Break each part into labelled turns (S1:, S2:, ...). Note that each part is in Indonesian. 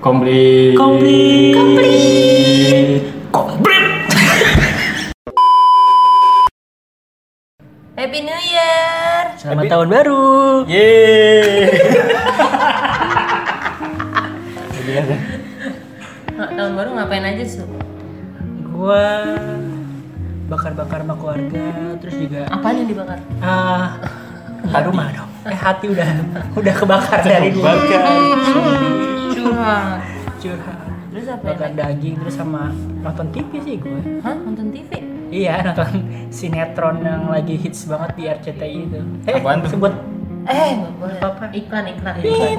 S1: Komplit.
S2: Komplit.
S1: Komplit.
S3: Happy New Year.
S2: Selamat
S1: Happy-
S2: tahun baru.
S1: Yeay.
S3: Nah, tahun baru ngapain aja su?
S2: Gua bakar-bakar sama keluarga, terus juga
S3: Apaan yang dibakar?
S2: ah bukan rumah dong. Eh hati udah udah kebakar dari dulu.
S3: Curhat.
S2: Curhat.
S3: Terus apa yang
S2: Bakar
S3: lain?
S2: daging terus sama nonton TV sih gue.
S3: Hah? Nonton TV?
S2: Iya, nonton sinetron yang lagi hits banget di RCTI itu. Eh,
S1: Apaan tuh?
S2: sebut
S3: Eh, nggak boleh.
S2: Nggak apa-apa.
S3: Iklan, iklan.
S2: Iklan.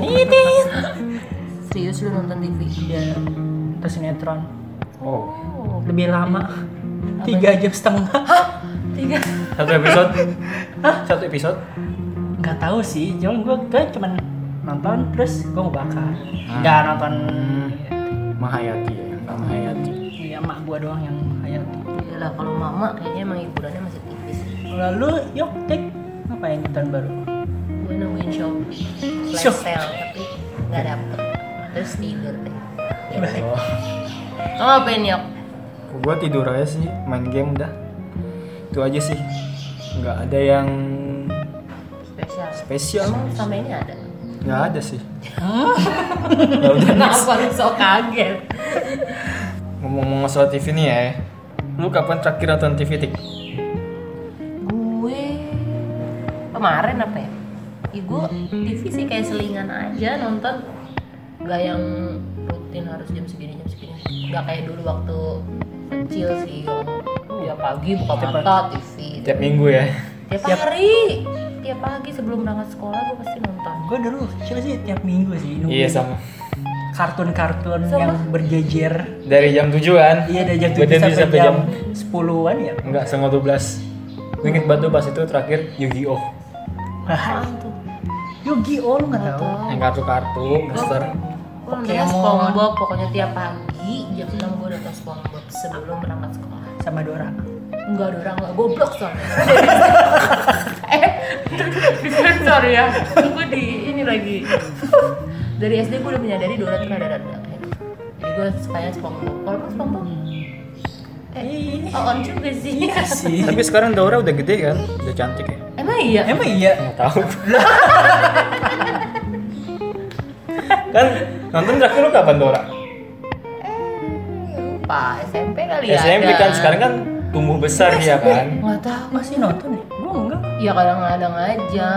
S3: Serius lu nonton TV?
S2: dia Iya, nonton sinetron
S1: Oh.
S3: Oh.
S2: lebih lama tiga jam setengah
S3: Hah? Tiga.
S1: Satu episode. Satu episode.
S2: nggak tahu sih cuman gue gue cuman nonton terus gue ngebakar
S1: Ah.
S2: nggak nonton
S1: Mahayati ya. Mahayati.
S2: ya mak gue doang yang kayak gitu.
S3: Yalah, Iya kalau mama kayaknya emang hiburannya masih tipis.
S2: lalu yuk tek ngapain tahun baru
S3: Gue nemuin Shopee,
S2: Shop.
S3: flash sale, tapi nggak dapet. Terus tidur deh.
S1: Oh.
S3: Kamu ngapain yuk?
S1: Gua tidur aja sih, main game udah. Itu aja sih. Nggak ada yang
S3: Spesial.
S1: spesial.
S3: Emang sama ini ada?
S1: Nggak ada sih. ya udah
S3: Kenapa lu so kaget?
S1: ngomong-ngomong soal TV nih ya. Lu kapan terakhir nonton TV tik?
S3: gue kemarin apa ya? Ih, gue TV sih kayak selingan aja nonton gak yang rutin harus jam segini jam segini gak kayak dulu waktu kecil sih yang tiap pagi buka
S2: Tiap
S3: mata TV
S1: Tiap minggu ya.
S3: tiap hari tiap pagi sebelum berangkat sekolah gue pasti nonton
S2: gue dulu kecil sih tiap minggu sih
S1: Iya
S2: nungguin
S1: sama.
S2: kartun-kartun
S3: Sama.
S2: yang berjejer
S1: Dari jam 7-an.
S2: iya dari jam
S1: Gua
S2: tujuh
S1: dari
S2: sampai, jam sepuluhan ya
S1: Enggak, setengah 12 Gue inget banget tuh pas itu terakhir Yu-Gi-Oh
S2: Hah,
S3: apaan tuh
S2: Yogi oh lu nggak tahu
S1: Yang kartu-kartu, monster
S3: gue nontonnya
S2: Pokemon.
S3: SpongeBob pokoknya tiap pagi jam 6 gue nonton SpongeBob sebelum berangkat sekolah
S2: sama Dora
S3: Enggak ada orang enggak goblok soalnya. eh, sorry ya. Gue di ini lagi. Dari SD gue udah menyadari Dora tuh ada ada. Jadi gue sukanya SpongeBob. Walaupun SpongeBob
S2: eh
S3: oh on juga sih.
S2: sih
S1: Tapi sekarang Dora udah gede kan? Udah cantik ya?
S3: Emang iya.
S2: emang iya
S1: Nggak tahu Kan nonton terakhir lu kapan Dora?
S3: Lupa SMP kali ya.
S1: SMP kan, sekarang kan tumbuh besar dia kan
S3: Enggak tahu.
S2: masih nonton ya gue enggak
S3: Ya kadang-kadang aja.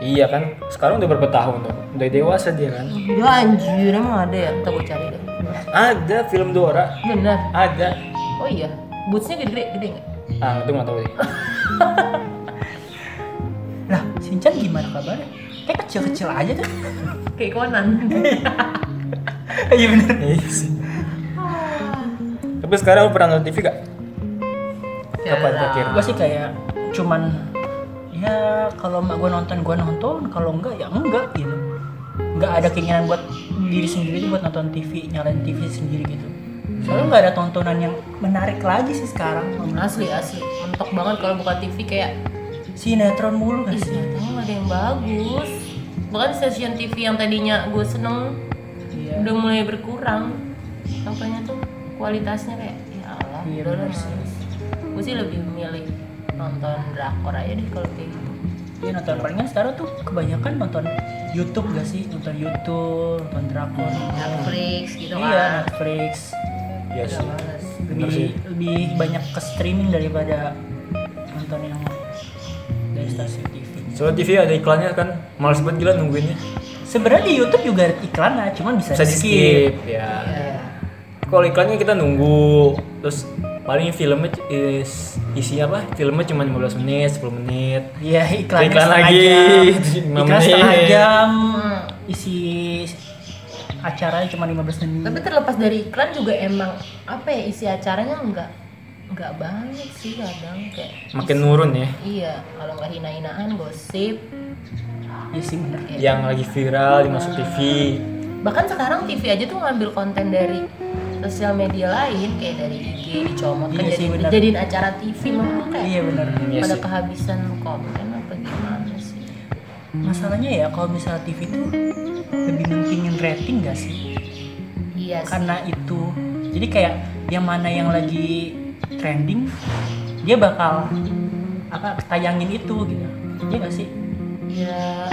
S1: Iya kan, sekarang udah berapa tahun tuh? Udah dewasa dia kan
S3: Udah anjir emang ada ya. Ntar gue cari deh.
S1: Ada film Dora
S3: Bener.
S1: Ada
S3: Oh iya. Bootsnya gede-gede gede nggak?
S1: Ah, itu nggak tahu sih
S2: Lah, Shinchan gimana kabarnya? Kayak kecil-kecil aja tuh.
S3: Kayak Conan.
S2: Iya bener.
S1: Iya sih Tapi sekarang lu pernah nonton TV gak? Kapan terakhir?
S2: Gua sih kayak cuman ya kalau mak gua nonton gua nonton, kalau enggak ya enggak gitu. Enggak ada keinginan buat diri sendiri buat nonton TV, nyalain TV sendiri gitu. Soalnya nggak ada tontonan yang menarik lagi sih sekarang.
S3: asli asli mentok banget kalau buka TV kayak
S2: Sinetron mulu kan.
S3: ih ternyata nggak ada yang bagus bahkan stasiun TV yang tadinya gue seneng
S2: Iya.
S3: udah mulai berkurang tampaknya tuh kualitasnya kayak ya Allah
S2: Iya,
S3: udah lah
S2: bener sih.
S3: males." gue sih lebih milih nonton drakor aja deh kalau kayak gitu
S2: Iya nonton palingan sekarang tuh kebanyakan nonton YouTube gak sih? Nonton YouTube, nonton drakor.
S3: Netflix gitu
S2: Iya,
S3: kan
S2: Netflix.
S1: Iya sih
S3: Males.
S1: Bener sih.
S2: lebih lebih banyak ke streaming daripada nonton yang dari stasiun TV.
S1: Soalnya TV ada iklannya kan, males banget gila nungguinnya.
S2: Sebenarnya di YouTube juga ada iklan lah, cuman bisa,
S1: Bisa di skip ya.
S3: Iya.
S1: Kalau iklannya kita nunggu, terus paling filmnya c- is, isi apa? Filmnya cuma 15 menit, 10 menit.
S2: Iya, iklan
S1: Iklan lagi,
S2: Jam.
S1: lima
S2: Iklan setengah
S1: menit.
S2: jam.
S3: Hmm.
S2: Isi acaranya cuma 15 menit.
S3: tapi terlepas dari iklan juga emang apa ya isi acaranya nggak nggak banyak sih kadang kayak
S1: Makin nurun ya.
S3: Iya, kalau nggak hina-hinaan, gosip.
S2: Iya sih bener.
S1: Yang lagi viral dimasuk TV.
S3: Bahkan sekarang TV aja tuh ngambil konten dari sosial media lain, kayak dari IG dicomot, kan
S2: Iya sih,
S3: jadi
S2: benar.
S3: dijadiin acara TV menurut kayak
S2: Iya bener.
S1: Iya
S3: pada
S1: sih.
S3: kehabisan konten apa gimana sih?
S2: Masalahnya ya kalau misalnya TV tuh lebih mentingin rating gak sih?
S3: Iya sih.
S2: karena itu jadi kayak yang mana yang lagi trending dia bakal apa tayangin itu gitu iya gak sih
S3: Ya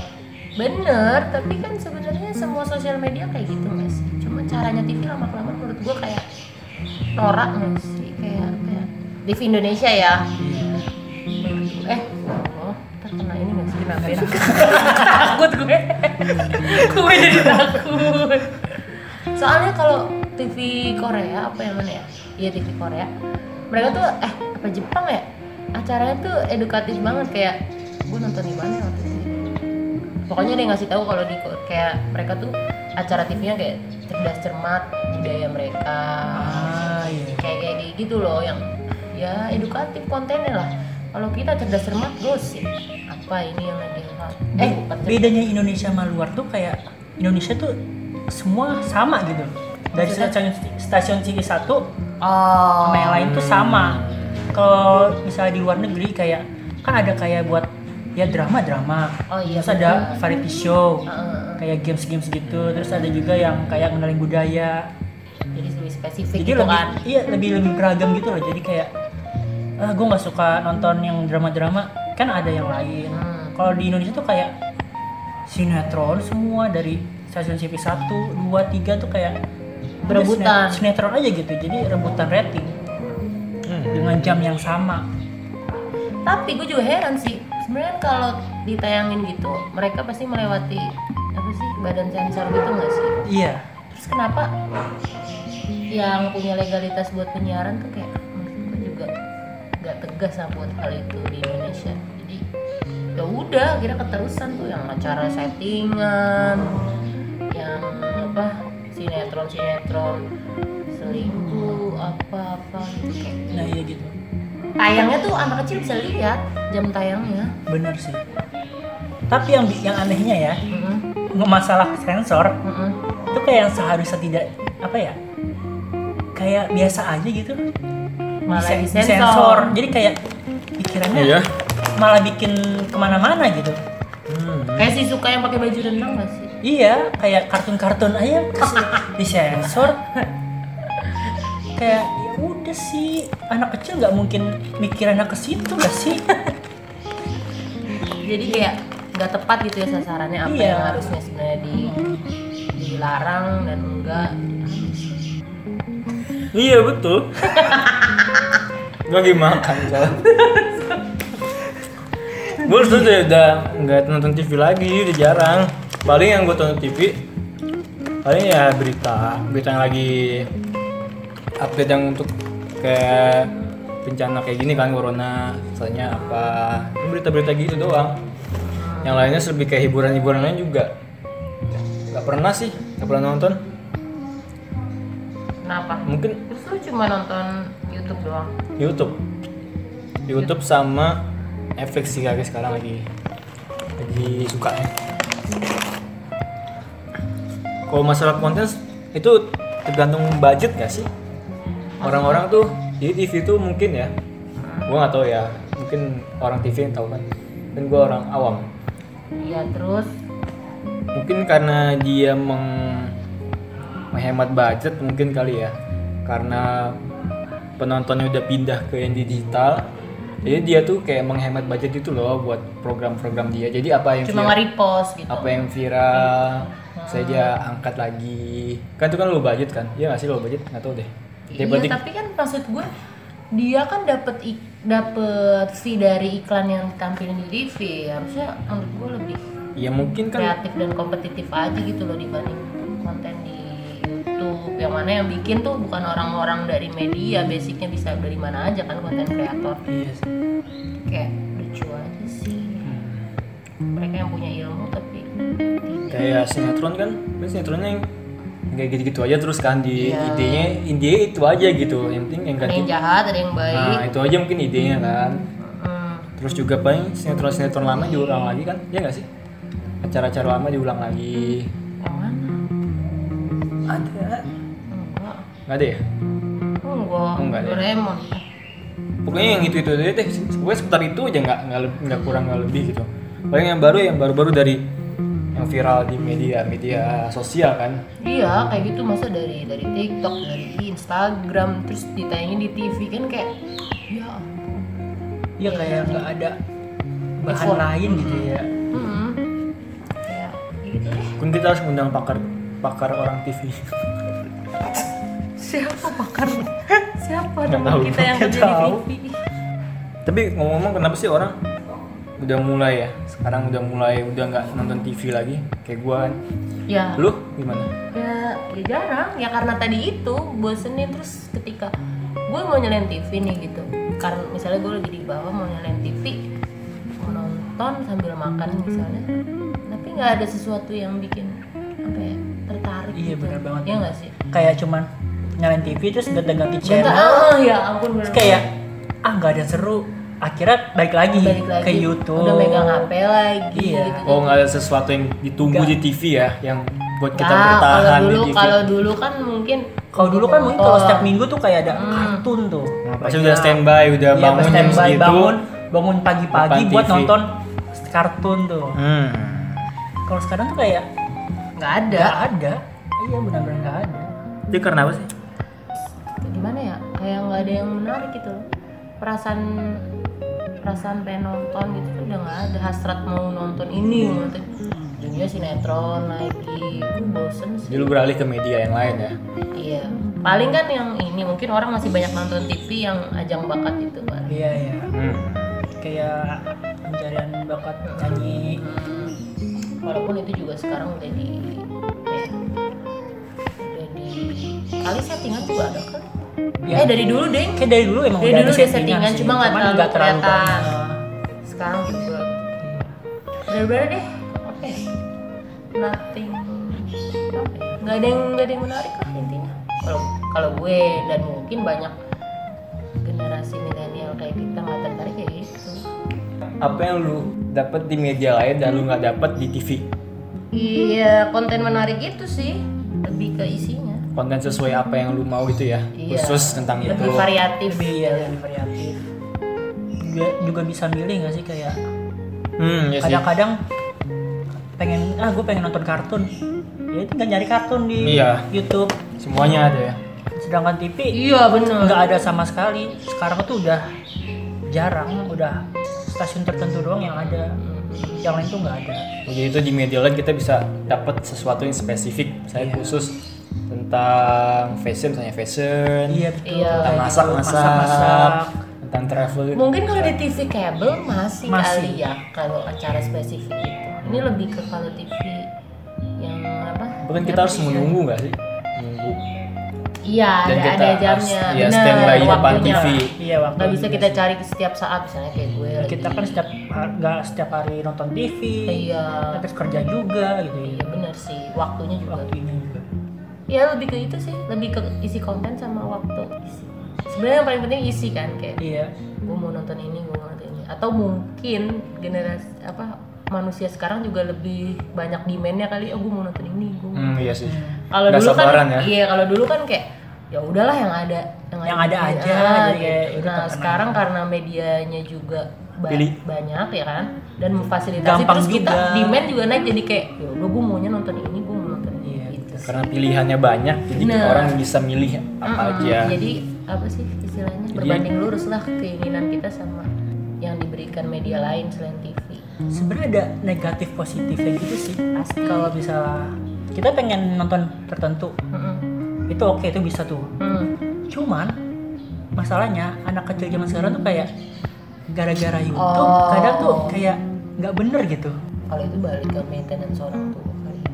S3: bener, tapi kan sebenarnya semua sosial media kayak gitu mas. Cuma caranya TV lama kelamaan menurut gua kayak norak mas. Jadi Kayak kayak TV Indonesia ya.
S2: Iya.
S3: Menurut gua- Eh, oh, ntar kena ini mas kenapa? ya? takut gue, gue jadi takut. Soalnya kalau TV Korea apa yang mana ya? Iya TV Korea. Mereka tuh eh apa Jepang ya? Acaranya tuh edukatif banget kayak gue nonton di mana ya waktu itu. Pokoknya dia ngasih tahu kalau di Ko- kayak mereka tuh acara TV-nya kayak cerdas cermat budaya mereka.
S2: ah iya
S3: Kayak kayak di- gitu loh yang ya edukatif kontennya lah. Kalau kita cerdas cermat gosip apa ini yang lagi hot? Eh,
S2: Be-
S3: bukan cerdas.
S2: bedanya Indonesia sama luar tuh kayak Indonesia tuh semua sama gitu dari
S3: Maksudnya?
S2: stasiun stasiun TV satu
S3: Oh.
S2: sama yang lain tuh sama kalau misalnya di luar negeri kayak kan ada kayak buat ya drama drama
S3: Oh iya.
S2: terus ada
S3: bener.
S2: variety show
S3: Heeh.
S2: kayak games games gitu terus ada juga yang kayak ngenalin budaya
S3: jadi lebih spesifik
S2: jadi
S3: gitu
S2: lebih
S3: kan
S2: iya lebih lebih beragam gitu loh jadi kayak ah gue nggak suka nonton yang drama drama kan ada yang lain
S3: Hmm.
S2: kalau di Indonesia tuh kayak sinetron semua dari stasiun TV 1, 2, 3 tuh kayak udah
S3: Berebutan.
S2: sinet- sinetron aja gitu jadi rebutan rating dengan jam yang sama
S3: tapi gue juga heran sih sebenarnya kalau ditayangin gitu mereka pasti melewati apa sih badan sensor gitu nggak sih
S2: iya
S3: terus kenapa yang punya legalitas buat penyiaran tuh kayak menurut gue juga nggak tegas lah buat hal itu di Indonesia jadi ya udah kira keterusan tuh yang acara settingan yang apa sinetron sinetron selingkuh apa apa gitu kayak
S2: nah iya gitu
S3: tayangnya tuh anak kecil bisa lihat jam tayangnya
S2: bener sih tapi yang bi- yang anehnya ya
S3: Mm-mm.
S2: masalah sensor
S3: Mm-mm.
S2: itu kayak yang seharusnya tidak apa ya kayak biasa aja gitu
S3: malah
S2: Disen-
S3: disensor,
S2: disensor. jadi kayak pikirannya
S1: Iya.
S2: malah bikin kemana-mana gitu
S1: Hmm.
S3: kayak si suka yang pakai baju renang gak sih
S2: iya kayak kartun-kartun aja kes- disensor kayak ya udah sih anak kecil nggak mungkin mikirannya ke situ gak sih
S3: jadi kayak nggak tepat gitu ya sasarannya apa
S2: Iya.
S3: yang harusnya sebenarnya di dilarang dan enggak
S1: Iya betul. Gue lagi makan soalnya. gue tuh udah udah nggak nonton TV lagi, udah jarang. Paling yang gue tonton TV paling ya berita, berita yang lagi update yang untuk kayak bencana kayak gini kan corona, misalnya apa Ini berita-berita gitu doang. Yang lainnya lebih kayak hiburan-hiburan lain juga. Gak pernah sih, gak pernah nonton.
S3: kenapa
S1: Mungkin
S3: terus lu cuma nonton YouTube doang
S1: YouTube YouTube sama Netflix sih kali sekarang lagi lagi suka kalau masalah konten itu tergantung budget gak sih orang-orang tuh jadi TV tuh mungkin ya gua nggak tahu ya mungkin orang TV yang tahu kan dan gua orang awam
S3: iya terus
S1: mungkin karena dia meng- menghemat budget mungkin kali ya karena penontonnya udah pindah ke yang di digital jadi dia tuh kayak menghemat budget itu loh buat program-program dia jadi apa yang viral-
S3: cuma nge-repost gitu
S1: apa yang viral saja angkat lagi kan itu kan lo budget kan ya nggak sih lo budget nggak tahu deh
S3: Iya,
S1: daripada
S3: tapi kan maksud gue dia kan dapat ik- dapat fee dari iklan yang ditampilin di TV. Harusnya menurut gue lebih
S1: ya mungkin kan
S3: kreatif dan kompetitif aja gitu loh dibanding konten di YouTube. Yang mana yang bikin tuh bukan orang-orang dari media, basicnya bisa dari mana aja kan konten kreator.
S2: iya sih.
S3: Kayak lucu aja sih.
S1: Hmm.
S3: Mereka yang punya ilmu tapi
S1: kayak
S3: Hmm.
S1: sinetron kan kan sinetronnya yang kayak gitu-gitu aja terus kan di
S3: Iya.
S1: idenya ide itu aja gitu yang penting yang
S3: ada
S1: ganti
S3: yang jahat, ada yang
S1: Nah,
S3: baik.
S1: itu aja mungkin idenya kan.
S3: Hmm.
S1: Terus juga paling sinetron-sinetron lama diulang lagi kan? Ya nggak sih? Acara-acara lama diulang lagi.
S3: Yang mana?
S1: Ada.
S3: Enggak.
S1: Nggak ada ya?
S3: Enggak.
S1: Enggak deh.
S3: Doraemon.
S1: Pokoknya yang itu-itu aja deh. Pokoknya seputar itu aja nggak nggak leb- nggak kurang nggak lebih gitu. Paling yang baru yang baru-baru dari yang viral di media media sosial kan
S3: Iya, kayak gitu masa dari dari TikTok, dari Instagram, terus ditayangin di TV kan kayak ya. ampun.
S2: Iya kayak nggak ada bahan
S3: Effort.
S2: lain gitu ya.
S3: Mm-mm. Kayak gitu deh.
S1: Kun kita harus undang pakar pakar orang TV
S3: Siapa makan? Siapa
S1: Nggak
S3: teman
S1: tahu.
S3: kita yang
S1: Nggak
S3: kerja di
S1: tahu.
S3: TV?
S1: tapi ngomong-ngomong kenapa sih orang udah mulai ya sekarang udah mulai udah nggak nonton TV lagi kayak gua kan
S3: Ya.
S1: lu gimana
S3: ya ya jarang ya karena tadi itu bosenin terus ketika gue mau nyalain TV nih gitu karena misalnya gue lagi di bawah mau nyalain TV mau nonton sambil makan misalnya tapi nggak ada sesuatu yang bikin apa ya tertarik
S2: Iya,
S3: gitu.
S2: benar banget.
S3: ya nggak sih
S2: Kayak cuman nyalain TV terus ganti-ganti
S3: Bentar,
S2: channel.
S3: ah, ya ampun bener
S2: Terus kayak ah nggak ada seru. Akhirnya balik lagi,
S3: balik lagi
S2: ke YouTube.
S3: udah megang HP lagi
S2: Iya.
S3: gitu
S1: oh nggak ada sesuatu yang ditunggu
S2: Nggak.
S1: di TV ya yang buat kita
S3: Nah, kalau
S1: bertahan di
S3: dulu
S1: TV
S3: kalau dulu kan mungkin
S2: Kalau dulu kan mungkin kalau
S3: nonton.
S2: setiap minggu tuh kayak ada
S3: Hmm.
S2: kartun tuh.
S1: Nah, pasti udah standby udah
S2: Iya,
S1: bangun jam
S2: standby,
S1: segitu
S2: bangun bangun pagi-pagi
S1: Depan
S2: buat
S1: TV.
S2: nonton kartun tuh.
S1: hmm.
S2: Kalau sekarang tuh kayak
S3: nggak ada
S2: nggak ada. Iya benar-benar nggak ada.
S1: itu karena apa sih
S3: gimana ya kayak nggak ada yang menarik gitu loh perasaan perasaan pengen nonton gitu tuh udah nggak ada hasrat mau nonton ini mau nonton dunia sinetron lagi gue bosen sih
S1: jadi lu beralih ke media yang lain ya
S3: iya paling kan yang ini mungkin orang masih banyak nonton TV yang ajang bakat itu kan
S2: Iya iya.
S1: hmm.
S2: Kayak pencarian bakat nyanyi.
S3: Hmm, walaupun itu juga sekarang udah di apa ya, udah di kali settingan juga ada kan
S2: Ya.
S3: eh dari dulu deh
S2: Kayak dari dulu emang
S3: Dari
S2: udah
S3: dulu
S2: ada
S3: udah
S2: settingan
S3: settingan,
S2: sih,
S3: cuma nggak
S2: cuman
S3: terlalu
S2: nggak terlalu
S3: kelihatan.
S2: banyak.
S3: sekarang juga
S2: Iya.
S3: bener-bener deh apa ya nothing apa ya, nggak ada yang nggak ada yang menarik lah intinya kalau kalau gue dan mungkin banyak generasi milenial kayak kita nggak tertarik kayak gitu
S1: apa yang lu dapat di media lain dan lu nggak dapat di TV
S3: iya konten menarik itu sih lebih ke isinya
S1: konten sesuai apa yang lu mau itu ya
S3: Iya.
S1: khusus tentang Iya, itu
S3: lebih variatif
S2: Lebih ya lebih variatif. Juga, juga bisa milih nggak sih kayak
S1: hmm ya
S3: Iya
S1: sih
S2: kadang-kadang pengen ah gue pengen nonton kartun ya tinggal nyari kartun di
S1: Iya.
S2: YouTube
S1: semuanya ada ya
S2: sedangkan TV
S3: iya bener
S2: nggak ada sama sekali sekarang tuh udah jarang udah stasiun tertentu doang yang ada yang lain tuh nggak ada
S1: Jadi itu di media lain kita bisa dapat sesuatu yang spesifik,
S3: Iya.
S1: saya khusus tentang fashion, misalnya fashion,
S2: iya betul
S3: Iya.
S1: tentang
S3: kayak
S1: masak,
S2: Masak-masak.
S1: masak, tentang travel.
S3: mungkin kalau di TV kabel masih,
S2: Masih.
S3: kali ya kalau acara spesifik itu ini lebih ke kalau TV yang apa
S1: Bahkan kita harus menunggu nggak sih? Menunggu.
S3: Iya, ada,
S1: Dan kita
S3: ada jamnya.
S1: harus, ya,
S3: Bener,
S1: standby di depan
S3: waktunya.
S1: TV.
S2: iya waktu
S3: Nggak bisa kita cari setiap saat, misalnya kayak gue. lagi-
S2: kita kan setiap nggak setiap hari nonton TV
S3: Iya.
S2: terus kerja juga gitu
S3: Iya
S2: ya
S3: bener sih, waktunya juga.
S2: waktunya juga
S3: Ya lebih ke itu sih, lebih ke isi konten sama waktu isi. Sebenarnya yang paling penting isi kan kayak
S2: iya
S3: gue mau nonton ini, gue mau nonton ini. Atau mungkin generasi apa manusia sekarang juga lebih banyak demandnya kali, oh gue mau nonton ini, gue. mau-
S1: Hmm, iya sih.
S3: Kalau
S1: Nggak
S3: dulu
S1: sabaran
S3: kan,
S1: ya.
S3: iya kalau dulu kan kayak ya udahlah yang ada,
S2: Yang ada aja,
S3: Ah,
S2: jadi kayak udah
S3: gitu. Nah
S2: terkenal.
S3: sekarang karena medianya juga ba-
S1: Pilih.
S3: banyak ya kan, dan memfasilitasi
S2: Gampang
S3: terus kita
S2: juga.
S3: demand juga naik jadi kayak, ya udah gue maunya nonton ini, gue mau nonton ini
S2: Iya,
S3: gitu.
S1: Karena pilihannya banyak, jadi
S3: Nah.
S1: orang bisa milih apa
S3: Mm-mm.
S1: aja.
S3: Jadi apa sih istilahnya
S1: Jadi-
S3: berbanding lurus lah keinginan kita sama yang diberikan media lain selain TV.
S2: sebenarnya ada negatif positifnya gitu sih
S3: Pasti.
S2: kalau bisa kita pengen nonton tertentu
S3: Mm-mm.
S2: itu oke itu bisa tuh
S3: Mm.
S2: cuman masalahnya anak kecil zaman sekarang tuh kayak gara-gara YouTube
S3: Oh.
S2: kadang tuh kayak nggak bener gitu
S3: Kalau itu balik ke maintenance orang tua kali. ya.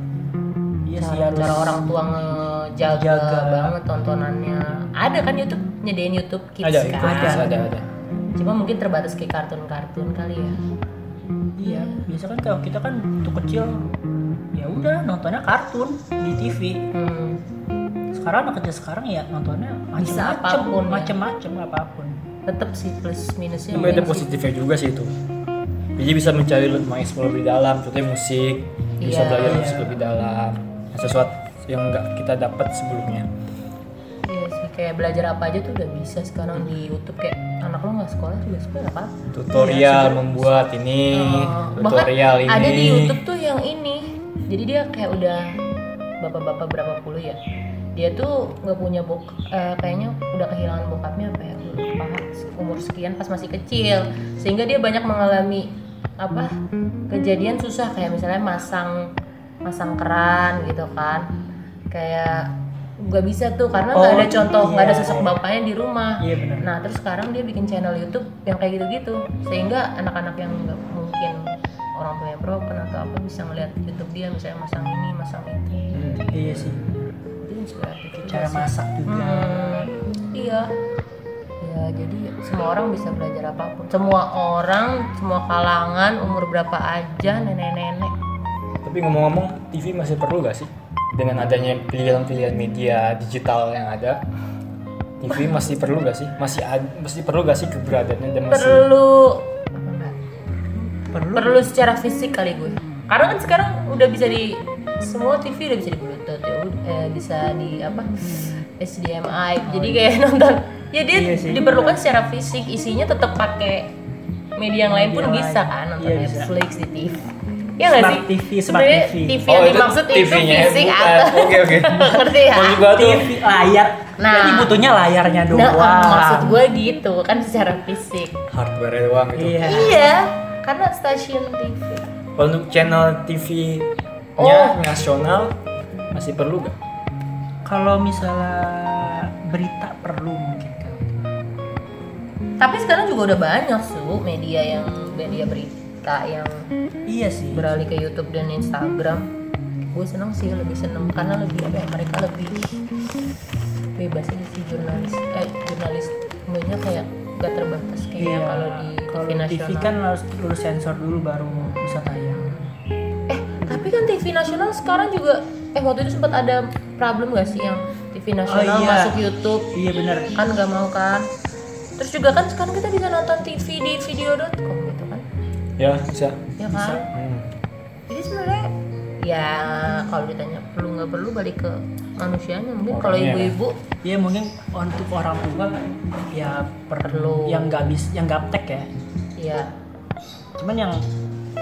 S2: iya sih
S3: cara,
S2: harus-
S3: Nah, cara orang tua ngejaga
S2: Jaga.
S3: banget tontonannya ada kan YouTube nyediain YouTube Kids
S1: ada, itu
S3: kan
S1: ada, ada, ada.
S3: cuma mungkin terbatas ke kartun-kartun kali ya
S2: iya biasa kan kalau kita kan waktu kecil ya udah nontonnya kartun di TV
S3: hmm.
S2: sekarang anak kecil sekarang ya nontonnya
S3: Bisa
S2: macem-macem
S3: apapun ya.
S2: macem-macem apapun
S3: tetap sih plus minusnya
S1: Tapi ada
S3: mungkin sih.
S1: positifnya juga sih itu. Jadi bisa mencari lebih mengeksplor lebih dalam, contohnya musik, bisa
S3: Iya.
S1: belajar musik lebih dalam, sesuatu yang nggak kita dapat sebelumnya.
S3: Iya sih, kayak belajar apa aja tuh udah bisa sekarang di YouTube kayak anak lo nggak sekolah juga sekolah apa
S1: tutorial membuat ini,
S3: Eh, bahkan
S1: tutorial ini.
S3: ada di YouTube tuh yang ini jadi dia kayak udah bapak-bapak berapa puluh ya dia tuh nggak punya bok eh, kayaknya udah kehilangan bokapnya apa ya gue lupa umur sekian pas masih kecil sehingga dia banyak mengalami apa kejadian susah kayak misalnya masang masang keran gitu kan kayak nggak bisa tuh karena nggak
S2: Oh,
S3: ada contoh nggak ada
S2: iya.
S3: sosok bapaknya di rumah
S2: Iya benar.
S3: Nah terus sekarang dia bikin channel YouTube yang kayak gitu-gitu sehingga anak-anak yang nggak mungkin orang tuanya broken atau apa bisa ngeliat YouTube dia misalnya masang ini masang itu
S1: Hmm.
S2: Iya sih.
S3: itu inspiratif juga
S2: Cara
S3: sih.
S2: masak juga.
S3: Hmm, iya ya jadi semua orang bisa belajar apapun semua orang semua kalangan umur berapa aja nenek-nenek
S1: Tapi ngomong-ngomong, TV masih perlu gak sih? Dengan adanya pilihan-pilihan media digital yang ada, TV masih perlu gak sih? Masih ad- masih perlu gak Iya sih keberadaannya dan masih
S3: perlu
S2: Perlu.
S3: perlu secara fisik kali gue karena kan sekarang udah bisa di semua TV udah bisa di bluetooth ya ud- eh, bisa di apa HDMI jadi kayak nonton ya dia
S2: Iya sih,
S3: diperlukan secara fisik isinya tetap pakai media yang lain pun
S2: Media
S3: bisa
S2: lain.
S3: kan nonton
S2: Iya, bisa.
S3: Netflix di TV ya nggak sih
S2: Smart TV, smart
S3: Sebenarnya
S2: TV.
S3: TV
S1: Oh,
S3: yang dimaksud itu
S1: TV-nya,
S3: fisik
S1: bukan.
S3: atau
S1: Oke, oke.
S3: ngerti ya
S1: Maksud gua tuh
S2: TV layar.
S3: Nah.
S2: Jadi butuhnya layarnya doang.
S3: nah maksud gue gitu kan secara fisik
S1: hardware doang gitu.
S2: Iya.
S3: iya karena stasiun TV
S1: Kalau untuk channel TV-nya
S3: Oh.
S1: nasional masih perlu gak?
S2: Kalau misalnya berita perlu mungkin kan.
S3: Tapi sekarang juga udah banyak su media yang media berita yang
S2: Iya sih.
S3: beralih ke YouTube dan Instagram. Gue seneng sih lebih seneng karena lebih apa ya, mereka lebih bebas aja sih jurnalis eh jurnalis banyak kayak gak terbatas kayaknya kalau di
S2: Iya. kalau
S3: TV nasional.
S2: kan harus dulu sensor dulu baru bisa tayang.
S3: Eh tapi kan TV nasional sekarang juga eh waktu itu sempat ada problem gak sih yang TV nasional
S2: iya.
S3: masuk YouTube
S2: Iya benar.
S3: kan gak mau kan. Terus juga kan sekarang kita bisa nonton TV di video.com gitu kan.
S1: Ya bisa.
S3: Ya kan?
S1: Hmm.
S3: jadi sebenarnya ya kalau ditanya perlu nggak perlu balik ke manusianya mungkin kalau
S1: Orangnya.
S3: ibu-ibu
S2: Iya mungkin untuk orang tua ya
S3: Perlu.
S2: perlu yang nggak bis yang gaptek ya.
S3: ya
S2: Cuman yang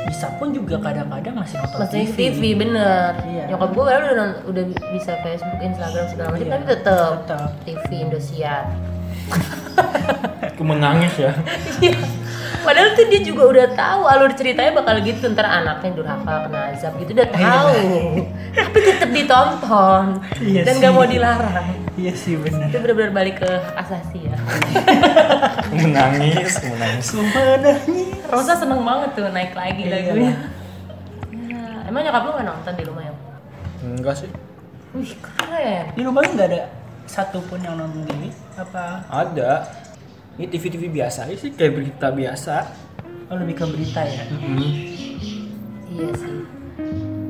S2: bisa pun juga kadang-kadang masih nonton
S3: masih TV bener
S2: Iya.
S3: nyokap gue padahal udah udah bisa Facebook Instagram segala macam
S2: Iya,
S3: tapi tetep
S2: tetep.
S3: TV Indosiar
S1: Aku menangis ya.
S3: Iya. padahal tuh dia juga udah tahu alur ceritanya bakal gitu ntar anaknya durhaka kena azab gitu udah tahu tapi tetep ditonton
S2: Iya
S3: dan nggak
S2: sih.
S3: mau dilarang
S2: Iya sih benar.
S3: itu benar-benar balik ke asasi ya
S1: Aku menangis, aku menangis.
S2: Menangis.
S3: Rosa seneng banget tuh naik lagi
S2: Iya.
S3: lagunya. Ya, emang nyokap lu gak nonton di rumah ya?
S1: Enggak sih.
S3: Wih keren.
S2: Di rumah lu nggak ada satupun yang nonton gini apa?
S1: Ada. Ini TV-TV biasa aja sih kayak berita biasa.
S2: Oh, lebih ke berita ya.
S1: Hmm.
S3: Iya sih.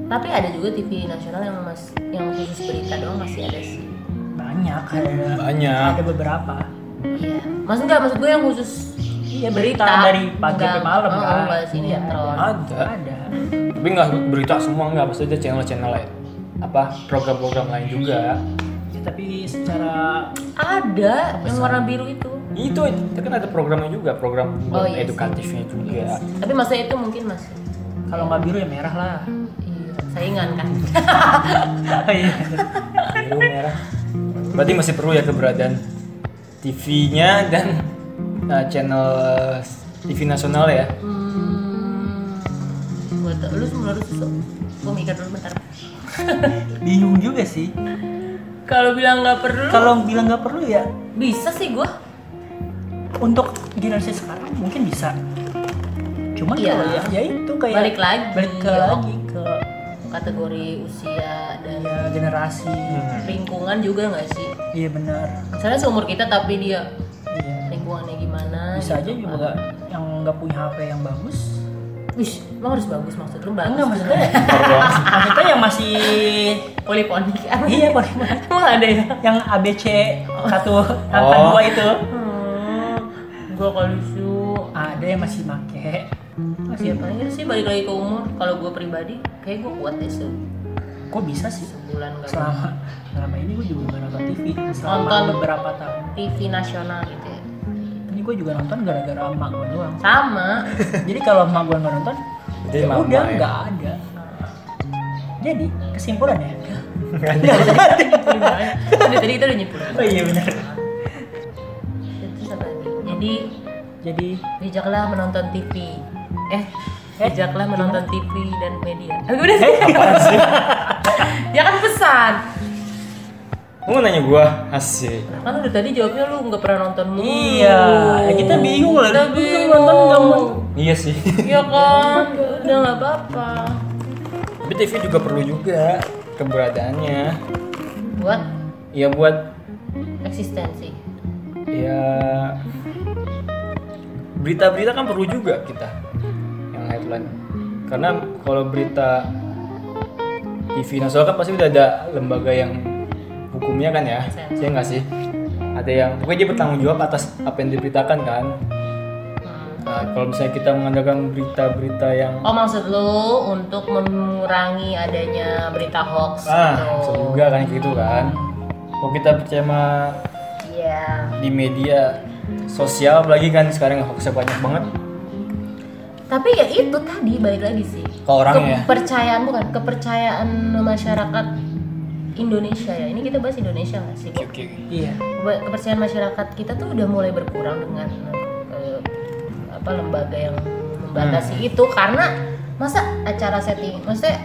S3: Tapi ada juga TV nasional yang mas yang khusus berita doang masih ada sih.
S2: Banyak ada.
S1: Banyak.
S2: Ada beberapa.
S3: Iya. Maksud nggak maksud gue yang khusus
S2: Iya berita, dari pagi sampai malam kan.
S3: kan.
S2: Iya,
S3: Oh, nggak sinetron.
S1: Ada.
S2: Ada.
S1: tapi nggak berita semua nggak pasti ada channel-channel lain apa program-program lain juga
S2: Ya, tapi secara
S3: Ada yang warna biru itu.
S1: itu itu kan ada programnya juga program
S3: Oh, iya sih.
S1: edukatifnya juga
S3: Iya sih. Tapi maksudnya itu mungkin masih.
S2: kalau nggak biru ya merah lah.
S3: Iya. Saingan kan.
S2: Iya.
S1: biru merah berarti masih perlu ya keberadaan TV-nya dan uh, channel TV nasional ya
S3: hmm. Gue tau. Lu menurut lu gue mikir dulu bentar.
S2: Bingung juga sih.
S3: Kalau bilang nggak perlu.
S2: Kalau bilang nggak perlu ya
S3: Bisa sih gue.
S2: untuk generasi sekarang mungkin bisa. Cuman
S3: Iya.
S2: kalau ya, ya itu kayak
S3: Balik lagi.
S2: balik ke
S3: Iya.
S2: lagi ke
S3: Kategori usia dan
S2: ya, generasi.
S3: lingkungan juga nggak sih?
S2: Iya benar.
S3: Misalnya seumur kita tapi dia
S2: Iya.
S3: lingkungannya gimana?
S2: Bisa aja
S3: gitu
S2: juga
S3: kan.
S2: nggak- yang nggak punya HP yang bagus
S3: Wih, lo harus bagus maksud lu bagus.
S2: Enggak maksudnya Maksudnya yang masih
S3: Poliponik. Apa?
S2: Iya poliponik.
S3: Emang ada ya?
S2: Yang ABC Satu Angka
S1: Oh.
S2: dua itu
S3: Hmm, gue kalau su
S2: Ada yang masih make
S3: masih apa ya sih balik lagi ke umur kalau gue pribadi kayak gue kuat deh se
S2: Kok bisa sih
S3: sebulan gak
S2: Selama Selama ini gue juga nggak nonton TV Selama
S3: Nonton.
S2: beberapa tahun
S3: TV nasional gitu ya
S2: Ini gue juga nonton gara-gara emak gue doang
S3: sama
S2: Jadi kalau emak gue nggak nonton
S1: Jadi
S2: ya
S1: mama
S2: udah
S1: ya.
S2: nggak ada Jadi ya? kesimpulannya
S1: Nggak
S2: nggak ada.
S3: Nyimpulin banget. Udah tadi kita udah nyimpulin.
S2: Oh iya benar.
S3: Ya, Terus apa lagi? Jadi
S2: Jadi
S3: bijaklah menonton TV. Eh, bijaklah menonton TV dan media. Eh, udah
S2: eh apaan sih?
S3: Ya kan pesan.
S1: Lu mau nanya gua? Asik.
S3: Kan udah tadi jawabnya lu nggak pernah nonton mulu.
S2: Iya, ya kita bingung lah.
S3: Kita
S2: Lu
S3: bingung.
S2: nonton nggak mau.
S1: Iya sih.
S3: Iya kan, udah nggak apa-apa.
S1: Tapi TV juga perlu juga keberadaannya.
S3: Buat
S1: Ya buat
S3: eksistensi.
S1: ya berita-berita kan perlu juga kita yang headline. Karena kalau berita TV nasional kan pasti udah ada lembaga yang hukumnya kan ya.
S3: Sensor.
S1: Saya nggak sih. Ada yang pokoknya dia bertanggung jawab atas apa yang diberitakan kan.
S3: Hmm.
S1: Nah, kalau misalnya kita mengandalkan berita-berita yang
S3: Oh maksud lu untuk mengurangi adanya berita hoax
S1: ah bisa
S3: gitu.
S1: juga kan gitu kan. Kalau kita percaya sama
S3: Iya.
S1: di media sosial apalagi kan sekarang hoaxnya banyak banget
S3: Tapi ya itu tadi balik lagi sih.
S1: ke orangnya ya?
S3: Kepercayaan bukan kepercayaan masyarakat Indonesia ya. Ini kita bahas Indonesia nggak sih?
S1: oke oke
S2: Iya.
S3: Keba- kepercayaan masyarakat kita tuh udah mulai berkurang dengan eh, apa lembaga yang membatasi
S1: Hmm.
S3: itu karena masa acara setting maksudnya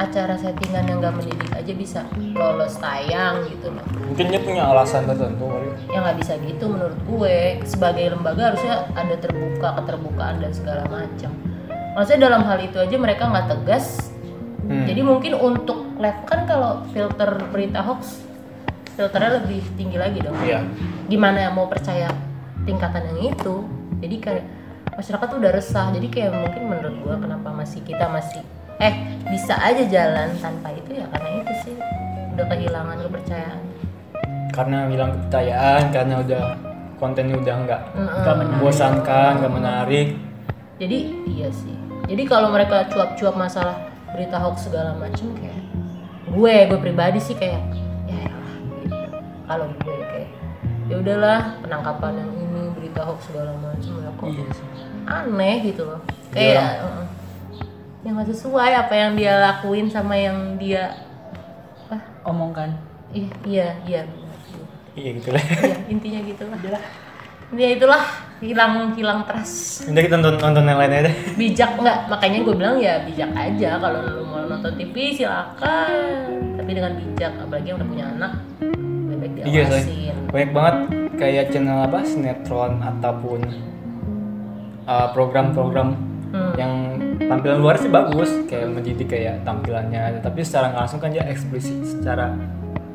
S3: acara settingan yang gak mendidik aja bisa lolos tayang gitu loh
S1: mungkin dia punya alasan tertentu kali
S3: ya nggak bisa gitu menurut gue sebagai lembaga harusnya ada terbuka keterbukaan dan segala macam maksudnya dalam hal itu aja mereka nggak tegas
S1: Hmm.
S3: jadi mungkin untuk level kan kalau filter berita hoax filternya lebih tinggi lagi dong
S1: iya
S3: gimana yang mau percaya tingkatan yang itu jadi kayak masyarakat tuh udah resah jadi kayak mungkin menurut gua kenapa masih kita masih eh bisa aja jalan tanpa itu ya karena itu sih udah kehilangan kepercayaan
S1: karena hilang kepercayaan karena udah kontennya udah nggak
S3: Mm-mm.
S2: Gak menarik.
S1: membosankan nggak menarik
S3: jadi iya sih jadi kalau mereka cuap-cuap masalah berita hoax segala macem kayak gue gue pribadi sih kayak ya elah," gitu kalau gue kayak ya udahlah penangkapan yang ini berita hoax segala macem ya kok
S2: Iya sih.
S3: aneh gitu loh
S1: Iya.
S3: kayak heeh. yang nggak sesuai apa yang dia lakuin sama yang dia apa
S2: Omongkan.
S3: ih, iya iya benar.
S1: iya gitu lah
S3: Iya, intinya gitu lah ya itulah hilang hilang trust
S1: udah kita nonton nonton yang lain aja deh
S3: bijak nggak makanya gue bilang ya bijak aja kalau lu mau nonton TV silakan tapi dengan bijak apalagi yang udah punya anak lebih baik
S1: iya soalnya
S3: diawasin
S1: banyak banget kayak channel apa sinetron ataupun uh, program-program
S3: Hmm.
S1: yang tampilan luar sih bagus kayak mendidik kayak tampilannya tapi secara nggak langsung kan dia eksplisit secara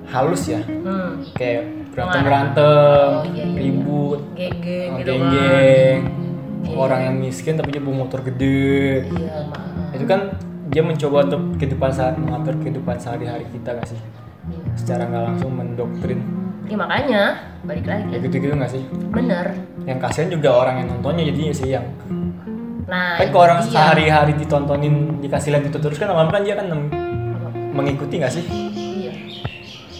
S1: halus ya
S3: hmm.
S1: kayak berantem berantem
S3: Oh, iya, iya, iya.
S1: ribut
S3: gege gitu
S1: Oh, geng
S3: kan
S1: geng
S3: Iya.
S1: orang yang miskin tapi dia bawa motor gede
S3: iya maaf
S1: itu kan dia mencoba untuk kehidupan sehari mengatur kehidupan sehari-hari kita gak sih
S3: Iya.
S1: secara nggak langsung mendoktrin
S3: ya makanya balik lagi
S1: kayak gitu-gitu gak sih
S3: bener
S1: yang kasihan juga orang yang nontonnya jadinya sih yang
S3: nah
S1: kan
S3: itu
S1: kalau orang
S3: dia.
S1: sehari-hari ditontonin dikasih lihat itu terus kan lama-lama kan dia kan meng- mengikuti gak sih
S3: iya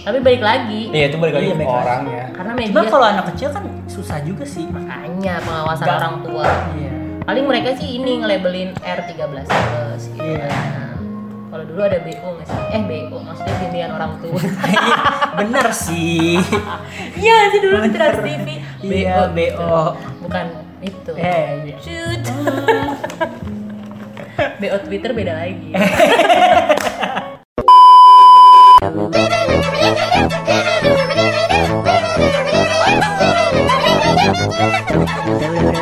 S3: tapi balik lagi
S1: iya itu balik lagi
S2: Iya,
S1: ke
S2: balik lagi.
S1: orangnya
S3: karena
S2: Cuma
S3: media
S2: kalau anak kecil kan susah juga sih.
S3: makanya pengawasan
S2: Nggak.
S3: orang tua
S2: Iya.
S3: paling mereka sih ini ngelabelin R13 plus gitu
S2: Iya.
S3: kan. kalau dulu ada BO nggak sih? eh BO maksudnya bimbingan orang tua
S2: Iya, Bener sih.
S3: iya sih dulu di Trans TV
S2: Iya, BO.
S3: bukan itu
S2: Eh, Ah. iya.
S3: shoot BO Twitter beda lagi
S2: Eh,
S4: Thank you.